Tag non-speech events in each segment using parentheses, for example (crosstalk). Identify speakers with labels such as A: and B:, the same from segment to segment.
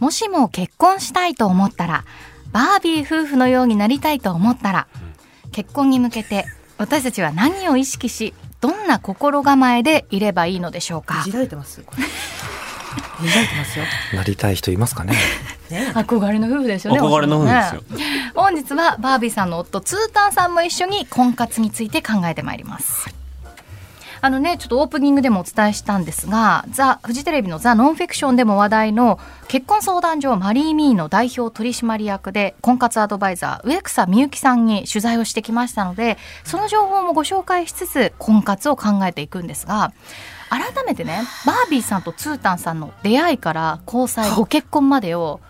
A: もしも結婚したいと思ったら、バービー夫婦のようになりたいと思ったら、結婚に向けて私たちは何を意識し、どんな心構えでいればいいのでしょうか
B: いじ。られてますこれいじられてますよ
C: なりたい人いま
B: (laughs)
C: すかね。
B: ね
A: 憧れの夫婦ですよね。
D: 憧れの夫婦ですよ
A: ね。本日はバービーさんの夫ツータンさんも一緒に婚活について考えてまいります。あのね、ちょっとオープニングでもお伝えしたんですが、ザ・フジテレビのザ・ノンフィクションでも話題の結婚相談所マリー・ミーの代表取締役で婚活アドバイザー植草美幸さんに取材をしてきましたので、その情報もご紹介しつつ婚活を考えていくんですが、改めてね、バービーさんとツータンさんの出会いから交際、ご結婚までを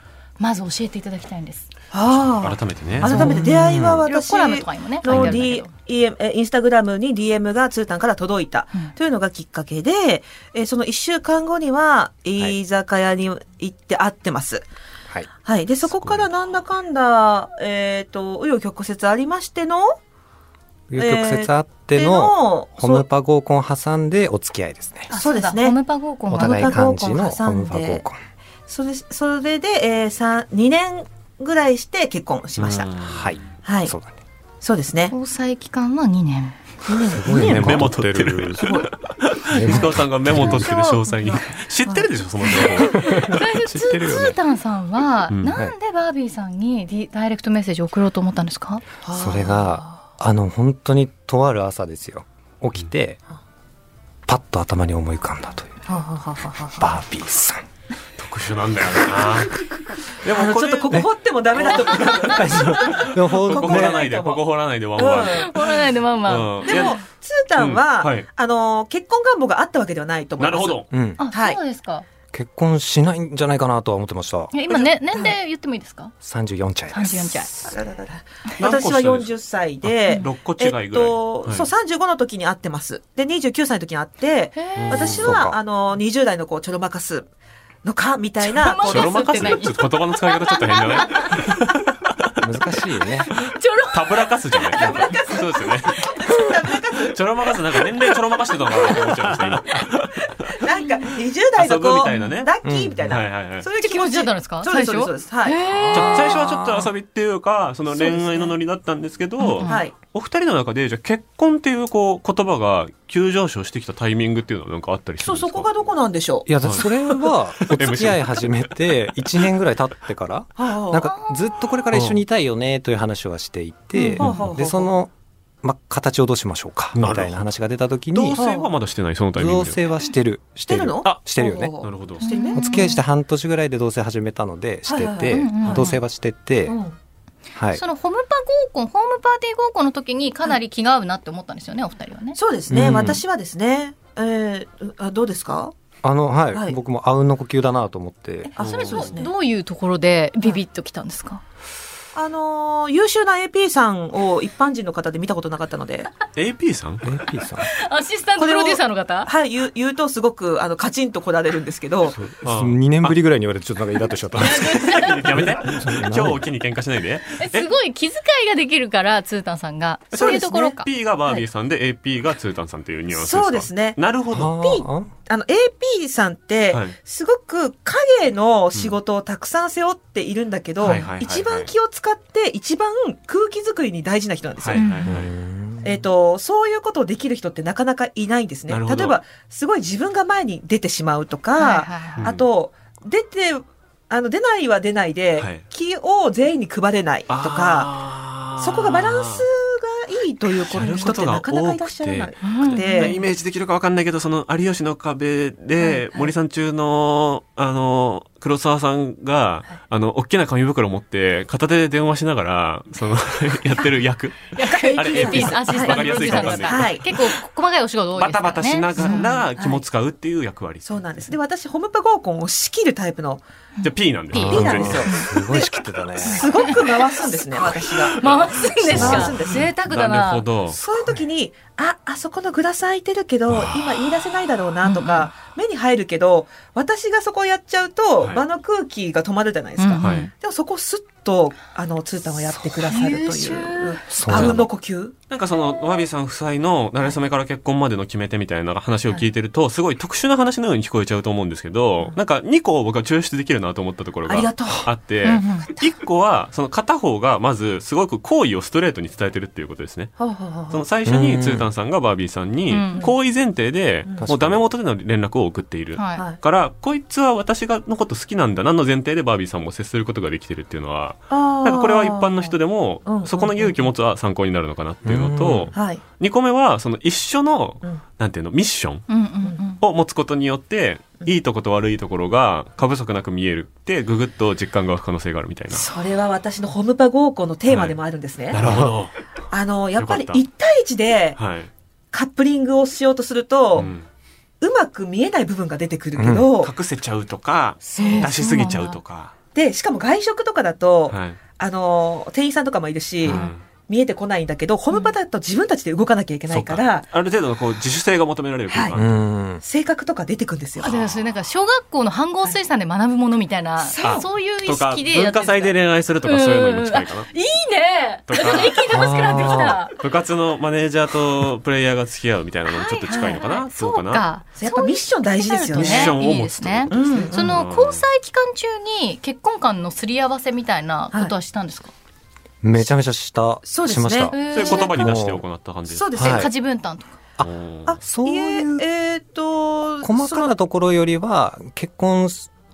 A: まず教えていただきたいんです。
B: あ
D: 改めてね。
B: あ改めて出会いは私
A: コラムとかにもね書いてあ
B: の
A: るんだけ
B: D
A: ど
B: EM えインスタグラムに DM がツータンから届いた
A: うん
B: というのがきっかけで、えーその1週間後には居酒屋に行って会ってます。
C: はい。
B: はい。で、そこからなんだかんだ、えっ、と、紆余曲折ありましての、
C: いう曲折あっての、ホムパ合コン挟んでお付き合いですね。
B: あそうですね
A: ホムパ合コン
C: お
A: が
C: 互い感じ
B: ホ
C: のホ
B: ム
C: ム
B: パ
C: パ
B: 合
C: 合
B: コ
C: コン。
B: それ、それで、えー、三2年ぐらいして結婚しました。
D: うん
C: はい。
B: はい。
C: そ
B: そう
C: うだね。
B: そうですね。
A: 交際期間は2年。
C: すごいね
D: メモ取ってる。石川さんがメモ取ってる詳細に。知ってるでしょ、その情
A: ツ
D: 報。知ってるよ
A: ー
D: ね。
A: タンさんは、
D: うん
A: なんでバービーさんにディダイレクトメッセージ送ろうと思ったんですか、
C: それが、あの、本当にとある朝ですよ。起きて、パッと頭に思い浮かんだという。
B: はあはあはあはあ
C: バービーさん。
D: 特殊なんだよな。で
B: あの
D: も、
B: ちょっとここ掘ってもダメだと思う。
C: (laughs) の方
D: ここ掘らないで、ここ掘らないで、ワンワン。
A: もらないでまあま
D: うんい
B: でも
D: や、
B: ツータンは、
D: うんはい
B: あの、結婚願望があったわけではないと思い
D: な
B: ま
D: る
B: す。
D: ほ。ど。
C: うん。
A: あ、
B: はい
A: そうですか。
C: 結婚しないんじゃないかなとは思ってました
A: い。や今ね、年齢言ってもいいですか
C: 34歳です。
A: ?34 歳。
B: 私は40歳で、
D: 6個違いぐらい。
B: えっと、
D: はい
B: そう、35の時に会ってます。で、29歳の時に会って、
A: へえ。
B: 私
C: そう
B: は、
C: か
B: あの、20代の子をちょろまかすのか、みたいな。
A: ち
D: ち
A: ょろ
D: ょろ
A: ま
D: (laughs) ま
A: か
D: か
A: す
D: す
A: って
D: ち
A: 何
D: ょっと言葉の使い方ちょっと変じゃない
C: 難しいね。
A: ちょろ
D: たぶらかすじゃないそうですよね。ちょろまかす、なんか年齢ちょろまかしてたのかなと思っちゃいました、今。
B: こうなんか、20代の
D: 遊ぶみ
B: 子、
D: たいなね
B: ラッキーみたいな。
D: はいはいはい。ちょ
B: そういう
A: 気持ちだったんですか
B: そうです、
A: 最
B: そう
A: 初
B: です。そうですはい。
D: 最初はちょっと遊びっていうか、その恋愛のノリだったんですけど、
A: うん
B: はい。
D: お二人の中で、じゃあ結婚っていうこう言葉が急上昇してきたタイミングっていうのはなんかあったりする
B: そう、
D: んですか
B: そこがどこなんでしょう
C: いや、だそれは、
B: (laughs)
C: お付き合い始めて、1年ぐらい経ってから、
B: はあ
C: なんかずっとこれから一緒にいたいよねという話はしていて
B: うんうん、
C: で、その、ま、形をどうしましょうか、みたいな話が出た時
D: 同
C: に、
D: 棲はまだしてない、そのタイミン
C: 同
D: グで。
C: 棲はしてる。し
B: して
C: て
B: る
C: る
B: の
D: あ
C: してるよね
B: ほうほう
D: なるほど。
B: してる
C: お
B: ね。
C: 付き合いして半年ぐらいで同棲始めたので、して
B: はいはい
C: て、
A: うんうん
C: 同棲はしてて
B: う、ん
C: はい
A: そ。のホムパ合コン、ホームパーティー合コンの時にかなり気が合うなって思ったんですよね、お二人はね。
B: そうですね、
C: うん
B: 私はですね、えー、あどうですか
C: あの、
B: は
C: はいい。僕もあうんの呼吸だなと思って、
B: あ
D: それそうです
B: ね
A: どういうところでビビッときたんですか、
B: あのー優秀な AP さんを一般人の方で見たことなかったの
D: (laughs)
B: で、
D: AP さん
C: AP さん
A: アシスタントプロデューサーの方
B: はい、言う言うとすごく、あの、カチンと来られるんですけど、
C: 2年ぶりぐらいに言われてちょっとなんかイラッとしちゃったんですけ
D: (laughs)
B: (laughs)
D: やめて。今日お気に喧嘩しないで。
A: えすごい気遣いができるから、ツータンさんが。
B: そ
A: そううい
B: で
A: う
B: すね
A: ところか。
D: P がバービーさんで AP がツータンさんというニュアンスですか
B: そうですね
D: なるほど。
C: ど。
B: あの、AP さんって
D: はい、
B: すごく影の仕事をたくさん背負っているんだけど
D: はいはいはいは、い
B: 一番気を使って、一番空気作りに大事な人なんです
D: は
B: よ。
D: いはいうはい。
C: ん
B: えっ、と、そういうことをできる人ってなかなかいないんですね。
D: なるほど
B: 例えば、すごい自分が前に出てしまうとか、
A: はいはい
D: うん
B: あと、出て、あの、出ないは出ないで、
D: はい
B: 気を全員に配れないとか、
D: か
B: そこがバランスがいいというこ
D: や
B: と
D: る
B: 人
D: こ
B: っ
D: と
B: て
D: が
B: なかなかいらっしゃらな
A: 多
B: く
A: く
D: ね
B: て
D: イ、メージできるかわかんないけど、その、有吉の壁
B: はいはい
D: で、森さん中の、あの、黒沢さんが、あの、大きな紙袋を持って、片手で電話しながら、そ
B: (laughs)
D: の、やってる役。あれ AP さん
A: アシスタントプロデューサーの
D: わ
A: 方
D: かりやすいかも
B: はい
A: 結構細かいお仕事多い
D: バ
A: です
D: タ
A: からね
D: バタしなが
A: うん
D: ら、気も使うっていう役割。
B: そうなんです。で、私、ホムパ合コンを仕切るタイプの、
D: じゃあ P なんです
A: P
C: あ
B: い
C: ー
B: いなんですよ
C: すごい仕切ってたね。
B: すごく回すんです
D: (laughs)
B: ね、私が。
A: 回すんです
B: 回すんで
A: か
B: す
A: 贅沢だ
D: な
A: な
D: るほど。
B: そういう時に、あ、あそこのグラス空いてるけど、今言い出せないだろうなとか、目に入るけど、私がそこをやっちゃうと、
D: はい
B: 場の空気が止まるじゃないですか。
A: うん
D: はい。
B: でもそこをスッとあのツータンをやってくださるとい
A: そう
B: ううん
C: そう
B: あ
C: なの
B: うんの呼吸
D: なんかその、わびさん夫妻の馴れ初めから結婚までの決め手みたいな話を聞いてると、すごい特殊な話のように聞こえちゃうと思うんですけど、なんか2個僕は抽出できるなと思ったところ
B: ありが
D: が
B: とう
D: あって、
A: うんうん
D: 1個は、その片方がまずすごく好意をストレートに伝えてるっていうことですね。
B: ほうほうほう
D: その最初
C: う
D: に
C: ん
D: ツータンさんがバービーさんに
A: うん、
D: 好意前提で
B: うん、
D: もうダメ元での連絡を送っている。
A: はい
B: はい
D: から、こいつは私がのこと好きなんだなの前提でバービーさんも接することができてるっていうのは、
B: な
D: なんかこれは一般の人でも
B: うんうんう、ん
D: そこの勇気を持つは参考になるのかなっていうのと、
B: はい、
D: 2個目は、その一緒の
B: う、ん
D: なんていうの、ミッション
A: うんうんうん
D: を持つことによって、いいとこと悪いところが過不足なく見えるって、ぐぐっと実感が湧く可能性があるみたいな。
B: それは私のホムパ合コンのテーマでもあるんですね。
D: なるほど。
B: あの、やっぱり
D: よかった
B: 1対1で
D: はい。
B: カップリングをしようとすると、う
D: うん
B: まく見えない部分が出てくるけど、
D: 隠せちゃうとか、
B: そう
A: え
D: 出しすぎちゃうとか。
B: で、しかも外食とかだと、
D: はい。
B: あの、店員さんとかもいるし、
D: うん
B: 見えてこないんだけど、ホムパだと自分たちで動かなきゃいけないから、
D: そうある程度のこう自主性が求められる空間、
C: うん。
B: 性格とか出てくるんですよ
A: あ。だからそれなんか小学校の飯合水産で学ぶものみたいな、
B: そう
A: そういう意
D: とか
A: 識でや
D: 文
A: ってるんですか
D: 化祭で恋愛するとかそういうのにも近いかな。
A: いいね
D: とか
A: 聞いてほしくなってきた
D: 部活のマネージャーとプレイヤーが付き合うみたいなのもちょっと近いのかな、
A: そ
D: そうう
A: か
D: かな。
B: やっぱミッション大事ですよね
D: ミッションを持つということですね
B: うん
A: その交際期間中に結婚間のすり合わせみたいなことはしたんですか、
C: めちゃめちゃした、
B: そうです
C: し
B: ね
C: ました
A: へ。ー
D: そういう言葉に出して行った感じです
B: そうですね。
C: はい
A: 家事分担とか、
D: あ
B: あ、
C: そういう
B: ええーと、
C: 細
B: その
C: かなところよりは、結婚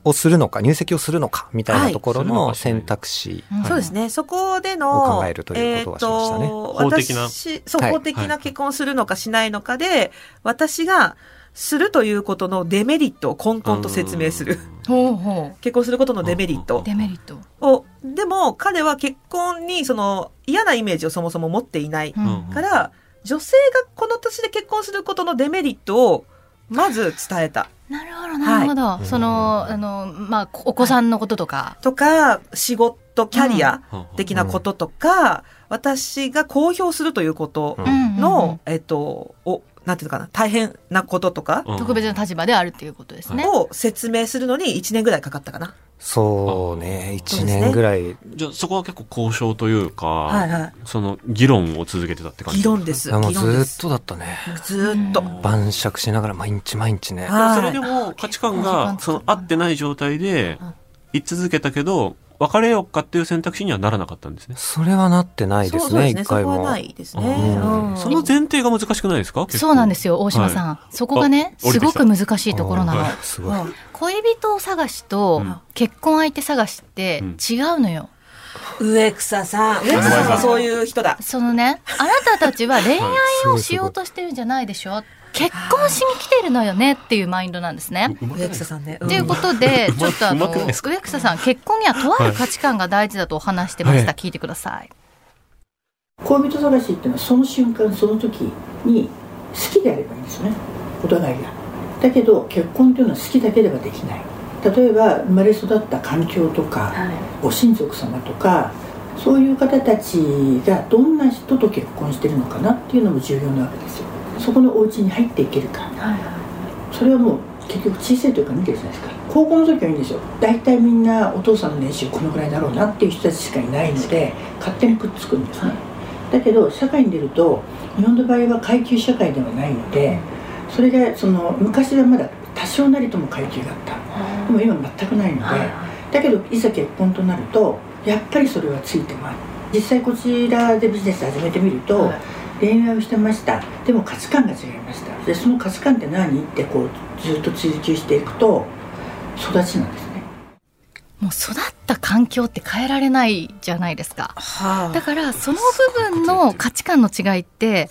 C: をするのか、入籍をするのか、みたい
B: は
C: ないところの選択肢。
A: ん
B: そうですね。そこで
C: を
B: の、
C: 考えるということはしましたね
B: えーと
D: 法的な
B: 私そう、
C: はい
B: 法的
D: は
B: ない結婚をするのかしないのかで、私がするということのデメリットを根本と説明する。
A: ほうほ
B: 結婚することのデメリッ
A: う
B: ト
A: デメリット、
B: を。でも、彼は結婚にその嫌なイメージをそもそも持っていない
A: うん
D: うん
B: から、女性がこの年で結婚することのデメリットを、まず伝えた。
A: なるほどなるほど、
C: い
A: そのあの、まあ、お子さんのこととか、
B: とか、仕事、キャリア
D: うん
B: 的なこととか、私が公表するということ
C: うん
A: うんうんうん
B: の、えっと、お、なんていうのかな、大変なこととか
D: うん
A: 特別な立場であるっていうことですね、
B: を説明するのに1年ぐらいかかったかな。
C: そうね、
B: そう
C: 1
B: ですね
C: 年ぐらい。
D: じゃあそこは結構交渉というか、
B: はいは
D: その議論を続けてたって感
B: い。
D: じ
B: 議論です。
C: あもう
B: 議論で
C: ずっ
B: す。
C: とだったね。
B: ずーっと。
D: うん
C: 晩酌しながら毎日毎日ね。
B: はい
D: それでも価値観がその合ってない状態で
B: うん
D: 言い続けたけど別れようかっていう選択肢にはならなかったんですね。
C: それはなってないですね、一、
B: そ
C: 回
B: こは
C: も。
B: ないですね。
C: うん
B: うん
D: その前提が難しくないですか。
A: そうなんですすよ大島さん、そこがね
D: あ降
A: す
D: りて
A: ご
D: き
A: く
D: た
A: 難しいところなの
C: あーすごい。
B: うん
A: 恋人探しと
D: うん
A: 結婚相手探しって違うのよ、
B: 植草さん。植草さんはそういう人だ。
A: そのねあなたたちは恋愛
C: すご
A: を
C: いす
A: し
C: ご
A: よ。
C: いう
A: としてるんじゃないでしょ結婚しに来てるのよねっていうマインドなんですね。
D: うまくな
B: 植
D: いです
B: 草さんね。
A: ということで、
D: ま
A: ちょっとあ
D: (laughs) うま
A: の、
D: くないです
A: 植草さん、結婚にはとある価値観が大事だとお話してました。
D: は
A: 聞いてください。
E: 恋人探しっていうのはその瞬間その時に好きであればいいんですよねお互いがだけど結婚というのは好きだけではできない例えば生まれ育った環境とか、ご親族様とかそういう方たちがどんな人と結婚してるのかなっていうのも重要なわけですよそこのお家に入っていけるか、それはもう結局小さい時から見てるじゃないですか高校の時はいいんですよ大体みんなお父さんの年収このぐらいだろうなっていう人たちしかいないので勝手にくっつくんですね、だけど社会に出ると日本の場合は階級社会ではないのでそれがその昔はまだ多少なりとも階級があったでも今全くないので、だけどいざ結婚となるとやっぱりそれはついてます実際こちらでビジネス始めてみると、恋愛をしてましたでも価値観が違いましたでその価値観って何ってこうずっと追求していくと育ちなんですね
A: もう育った環境って変えられないじゃないですか。
B: は
A: だから、その部分の価値観の違いって、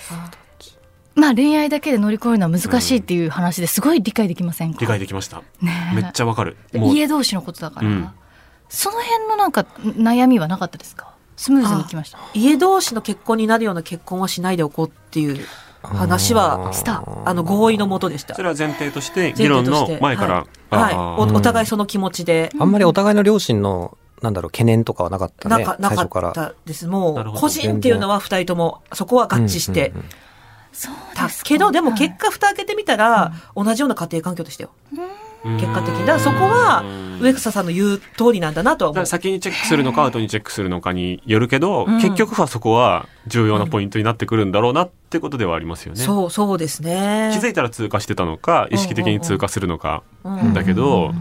A: まあ恋愛だけで乗り越えるのは難しいっていう話ですごい理解できませんか
D: 理解できました。
A: ねえ
D: めっちゃわかる。もう
A: 家同士のことだから、
D: うん
A: その辺のなんか悩みはなかったですかスムーズにいきました
B: 家同士の結婚になるような結婚はしないでおこうっていう話は、
A: した
B: あの、合意のもとでした
D: そ。れは前提として議
B: 前提と
D: 論
B: して
D: の前から。
B: はい。
D: あ
B: お
D: ー
C: うん
B: お互いその気持ちで。
C: あんまりお互いの両親の、なんだろう、懸念とかはなかった
B: な
C: ね。
B: かな
C: 最初
B: か
C: か。
B: らったです。も
D: な
B: う
D: る、ほど
B: 個人っていうのは二人とも、そこは合致して
C: うんうんうん
A: そう
B: た
A: ですか
B: けど、でも
A: はい
B: 結果蓋開けてみたら、同じような家庭環境でしたよ。結果的にだからそこは植草さんの言う通りなんだなとは
D: だ
B: 思
D: か
B: う
D: ら先にチェックするのか後にチェックするのかによるけど、
B: うん
D: 結局はそこは重要なポイントになってくるんだろうなってことではありますよね。
B: そうそうですね
D: 気づいたら通過してたのか意識的に通過するのか、
B: うん
D: だけど、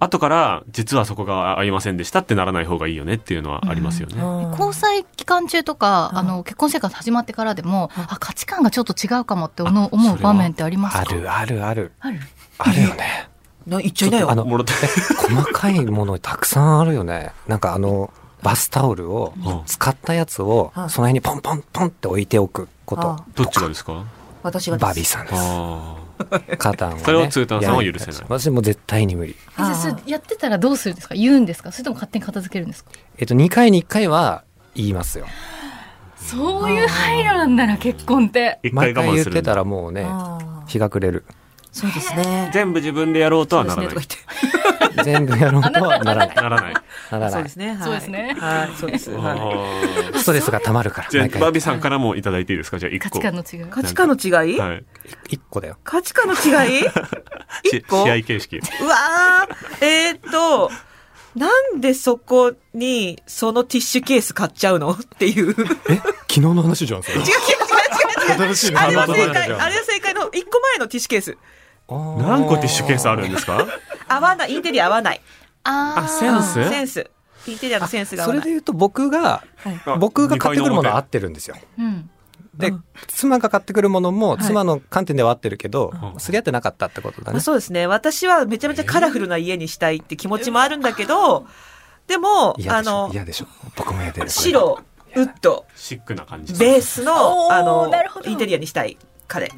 D: 後から実はそこが合いませんでしたってならない方がいいよねっていうのはありますよね。
B: うん
A: 交際期間中とか、
B: うん
A: あの結婚生活始まってからでも、
B: うん
A: あ価値観がちょっと違うかもって思う
D: あそれは
A: 思う場面ってあります
C: あ
A: か
C: るあるある。
A: ある
C: あるよね。
B: な言っちゃいなよ
C: あの
D: もろて
C: 細かいものたくさんあるよね。なんかあの、バスタオルを
D: うん、
C: 使ったやつを、そ
B: うん
C: の辺にポンポンポンって置いておくこ
B: あ
C: と。
D: どっちがですか
B: 私がです
C: バビーさんです。
D: あー
C: カタンを、ね。
D: それを通達さんは許せない
C: や私も絶対に無理。
A: えじゃあ
B: あー
A: それやってたらどうするんですか言うんですかそれとも勝手に片付けるんですか
C: えっと、2回に1回は言いますよ。
A: そういう配慮なんだな結婚って
D: 一回
C: 毎
D: 我
C: 回
D: 慢
C: 言っ
D: する
C: て
D: ん
C: た
D: だ
C: らもうね、
B: あー
C: 日が暮れる。
B: そうですね
D: 全部自分でやろうとはなら
B: そう
D: な
B: ですね
D: い。
B: とか言って
C: 全部やろうとはなら
D: (laughs)
C: ない。
D: ならない。
C: ならな
B: そうで
C: い
B: す。ね。はい
A: そうですね
B: はい、そうです。はい
D: あー
C: ストレスが溜まるから、
D: じゃあ
C: 毎
D: バ
C: 回。
D: ビさんからもいただいていいですかじゃあ
A: 価
D: 1個。
A: 値観の違い
B: 価値観の違い、
D: はい。
C: 1個だよ。
B: 価値観の違
C: (laughs)
B: い
D: し
B: 一個
D: 試合形式。
B: うわーえーっと、なんでそこにそのティッシュケース買っちゃうのっていう。違う違う違う違
C: え昨日の話じゃん、それ。
B: う違う。
C: (laughs) 新しい
D: (laughs)
B: あれは正解。あれは正解の一個前のティッシュケース。
D: 何個ティッシュケースあるんですか
B: 合わない、インテリア合わない。
A: あー
D: あセンス
B: センス。インテリアのセンスが合
C: そ
B: わ
C: れ
B: な
C: で
B: い。
C: 言うと僕が、
D: あ
C: 僕が買ってくるものは合
D: 二
C: っ
D: 回
C: てるんですよ。
A: うん
C: で、
B: うん
C: 妻が買ってくるものも、
B: い
C: 妻の観点では合ってるけど、
D: うん
C: すり合ってなかったってことだね。
B: そうですね。私はめちゃめちゃカラフルな家にしたいって気持ちもあるんだけど、でも、
C: 嫌
B: あ
C: でしょ
B: の、
C: 嫌でしょ僕も嫌で
B: 白、ウッド、
D: 表シックな感じ。
B: ベース
A: おー
B: の、あの
A: なるほ、ど
B: インテリアにしたい彼。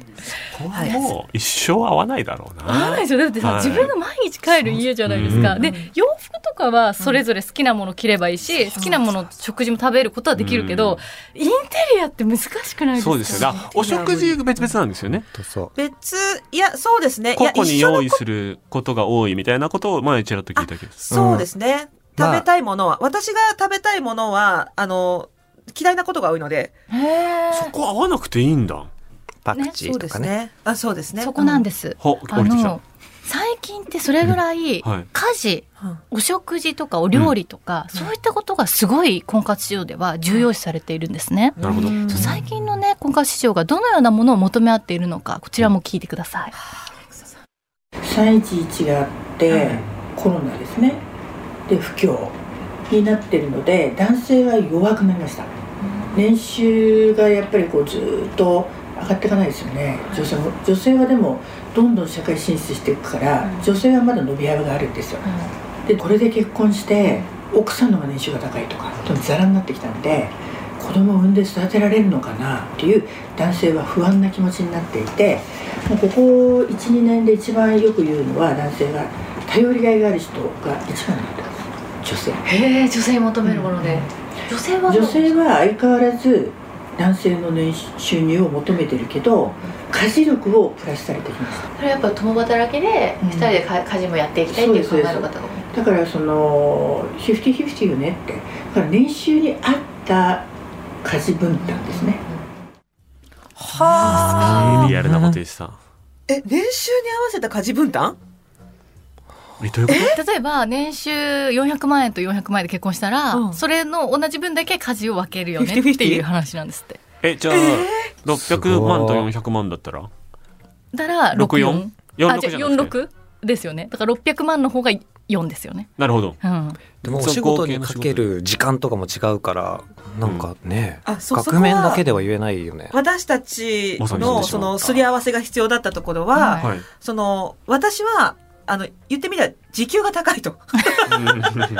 B: はい
D: もう一生合わないだろう
A: 合わない
D: な。
A: ですよだってさ、
D: はい
A: 自分が毎日帰る家じゃないですか、
C: う
A: で洋服とかはそれぞれ好きなもの着ればいいし、好きなもの食事も食べることはできるけど、インテリアって難しくないですか
D: そうですよね。あお食事別々なんですよね。
C: とそ
B: 別、いや、そうですね。い
D: 個
B: や、
D: 々に
B: 一緒の
D: 用意することが多いみたいなことを前ちらっと聞いたけど。
B: そうですね。
C: うん
B: 食べたいものは、私が食べたいものは、あの、嫌いなことが多いので、
A: へー
D: そこ合わなくていいんだ。
C: う。パクチ
B: そ
C: ー
B: うで
C: とか
B: す
C: ね。
B: ね。あ、そうですね。
A: そこなん
B: で
A: です、
D: ほ、
A: あ
D: 降りてきた
A: の。最近ってそれぐらい
D: はい
A: 家事、
B: うん
A: お食事とかお料理とか、そういったことがすごい婚活市場では重要視されているんですね、
D: なるほど。
A: そう最近のね婚活市場がどのようなものを求め合っているのかこちらも聞いてください、
E: 311があってコロナですねで不況になってるので男性は弱くなりました年収がやっぱりこうずーっと上がっていかないですよね女性も女性はでもどんどん社会進出していくから女性はまだ伸び幅があるんですよでこれで結婚して奥さんの方が年収が高いとかでもザラになってきたんで子供を産んで育てられるのかなっていう男性は不安な気持ちになっていてもうここ12年で一番よく言うのは男性が頼りがいがある人が一番なんです女性
A: へえ女性求めるもので、女性は
E: 女性は相変わらず男性の年収入を求めてるけど家事力をプラスされてきました
A: それはやっぱ共働きで
E: うん二人で
A: 家事もやってい
E: きたいっていう考えの方がだからそのフィフティフィフティよねってだから年収に合った家事分担ですね、
B: はあ。
D: リアルなこと言ってた。
B: え、年収に合わせた家事分担
D: えどういうこと
A: 例えば年収400万円と400万円で結婚したら、
B: うん
A: それの同じ分だけ家事を分けるよね
B: 50-50
A: っていう話なんですって
D: え、じゃあ、600万と400万だったら
A: だから
D: 64
A: 64
D: ?46
A: あ
D: じ
A: じゃ
D: ゃ
A: あ
D: なくて。
A: 46ですよねだから600万の方が4ですよね
D: なるほど。
A: うん
C: でもお仕事にかける時間とかも違うから、なんかね、
B: あそう
C: 額面
B: そこは
C: だけでは言えないよね。
B: 私たち
D: まさにそう
B: の、
D: でしょ
B: その、すり合わせが必要だったところ
A: は
B: は、
A: (laughs)
D: はい。
B: その、私は、あの、言ってみれば、時給が高いと。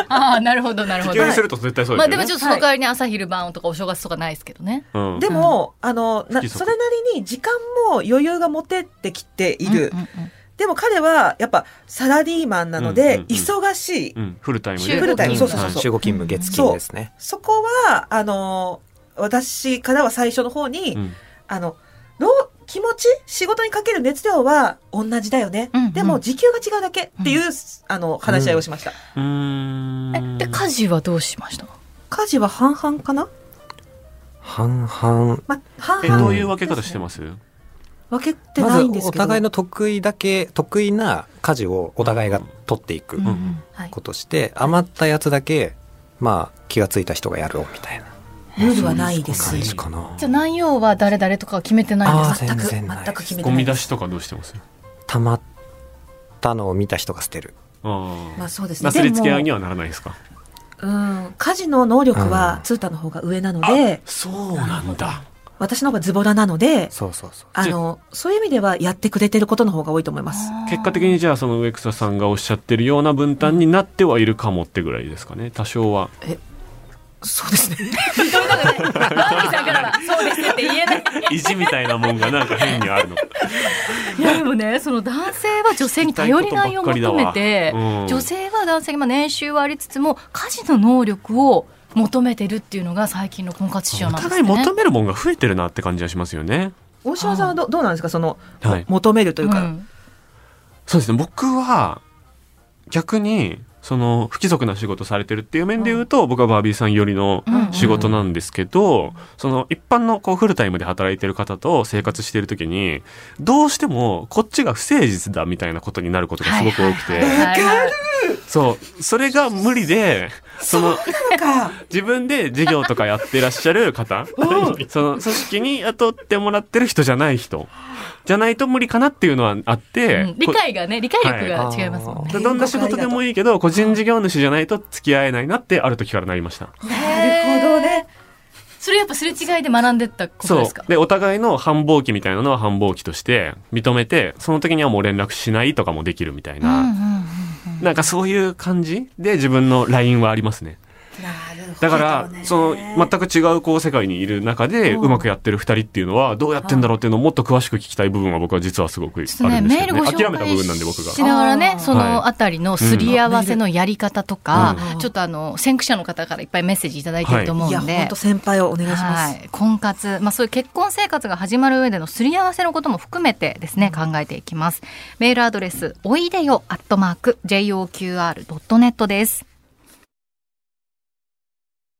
A: ああなるほどなるほ
D: 地
A: ど
D: 球にすると絶対そう
A: ま
D: で
A: すあ
D: よ
A: で
D: ね。
A: もちょっとその代わりに朝昼晩とかお正月とかないですけどね、
D: うん
B: でも、あの、な
D: 不規則
B: それなりに時間も余裕が持てってきている。
A: うんうんうん
B: でも彼は、やっぱ、サラリーマンなの
D: うん
B: で
D: う、んうん
B: 忙しい。
D: うん、フルタイム
A: 週
D: で。
B: フルタイ
A: う
B: ム、
A: ん
B: そうそうそう
D: はい
B: そう。
C: 中国勤務月金ですね。
B: そこは、あの、私からは最初の方に、
D: うん
B: あの、労気持ち仕事にかける熱量は同じだよね。
A: うんうん
B: でも、時給が違うだけっていう、あの、話し合いをしました。
D: うーん。
A: えで家事はどうしました
B: 家事は半々かな
C: 半々。
B: まあ、半
D: え、
B: 々。
D: どういう分け方してます
B: 分けて
C: ま
B: な
C: ず
B: いんです
C: お
B: けど、
C: 互いの得意だけ得意な家事をお互いが取っていく
A: うんう
D: うんん
A: はい
C: ことして、余ったやつだけまあ気がついた人がやろうみたいな
B: ルールはないです
C: 感じかな
A: じゃあ内容は誰々とかは決めてないんです
C: あ
A: か
C: ー
B: 全く
C: 全然ない
B: 全く決めて
D: ゴ
B: な
D: ミ
B: い
D: 出しとかどうしてます
C: たまったのを見た人が捨てる
D: ああ
B: まあそうですね
D: なすりつけ合
B: で
D: いに
B: も
D: はならないですか
B: うん家事の能力
C: う
B: は
C: ん
B: ツータの方が上なので
D: そうなんだ
B: 私の方がズボラなので
C: そうそうそう
B: あのそういう意味ではやってくれてることの方が多いと思います
D: 結果的にじゃあその植草さんがおっしゃってるような分担になってはいるかもってぐらいですかね多少は
B: そうですね
A: バービーさんからはそうですねって言えない
D: (laughs)
A: (laughs)
D: 意地みたいなもんがなんか変にあるの
A: いやでもねその男性は女性に頼りないを求めて、
D: うん
A: 女性は男性にまあ年収はありつつも家事の能力を求めてるっていうのが最近の婚活市場
D: お
A: なんです
D: 互
A: ね
D: い求めるもんが増えてるなって感じがしますよね
B: 大島さんはどどうなんですかその、
D: はい
B: 求めるというか、
A: うん
D: そうですね僕は逆にその不規則な仕事されてるっていう面で言うと、僕はバービーさん寄りの
A: うん
D: 仕事なんですけど、その一般のこうフルタイムで働いてる方と生活してる時にどうしてもこっちが不誠実だみたいなことになることがすごく多くて、
A: はいはい
D: そうそれが無理でその
B: なんか
D: 自分で事業とかやってらっしゃる方その組織に雇ってもらってる人じゃない人じゃないと無理かなっていうのはあって、
A: うん理
D: こ
A: 解がね理解力が違いますもんね、
D: どんな仕事でもいいけど個人事業主じゃないと付き合えないなってある時からなりました
B: なるほどね
A: それやっぱすれ違いで学んでったこと
D: そ
A: で
D: う
A: すか
D: でお互いの繁忙期みたいなのは繁忙期として認めてその時にはもう連絡しないとかもできるみたい
A: うんうん
D: な、
A: うん
D: なんかそういう感じで自分の LINE はありますねだから、その全く違うこう世界にいる中で
B: うん
D: うまくやってる二人っていうのはどうやってんだろうっていうのをもっと詳しく聞きたい部分は僕は実はすごくあるんで
A: ち
D: す
A: ょっとね
D: けど、
A: メー
D: ね
A: ルご紹介
D: 諦めた部分なんで僕が
A: し。ながらね
B: あー
A: そのあたりのすり合わせのやり方とか、
B: うん
A: ちょっとあの先駆者の方からいっぱいメッセージいただいてると思う
B: いや
A: んで、
B: 本当先輩をお願いします、
A: はい、婚活、まあ、そういう結婚生活が始まる上でのすり合わせのことも含めてですね、考えていきますメールアドレスおいでよアットマーク JOQR.net です